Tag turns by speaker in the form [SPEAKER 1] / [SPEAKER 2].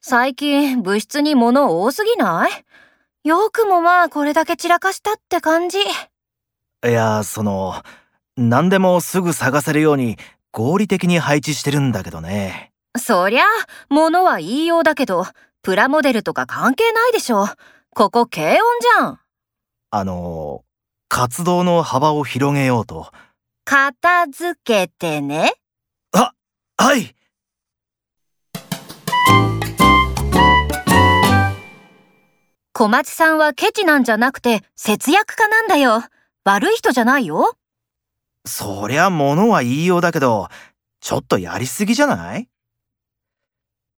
[SPEAKER 1] 最近部室に物多すぎないよくもまあこれだけ散らかしたって感じ。
[SPEAKER 2] いやその何でもすぐ探せるように合理的に配置してるんだけどね
[SPEAKER 1] そりゃ、物は言いようだけど、プラモデルとか関係ないでしょ。ここ軽音じゃん。
[SPEAKER 2] あの活動の幅を広げようと
[SPEAKER 1] 片付けてね。
[SPEAKER 2] はい
[SPEAKER 1] 小松さんはケチなんじゃなくて節約家なんだよ。悪い人じゃないよ。
[SPEAKER 2] そりゃ物は言いようだけどちょっとやりすぎじゃない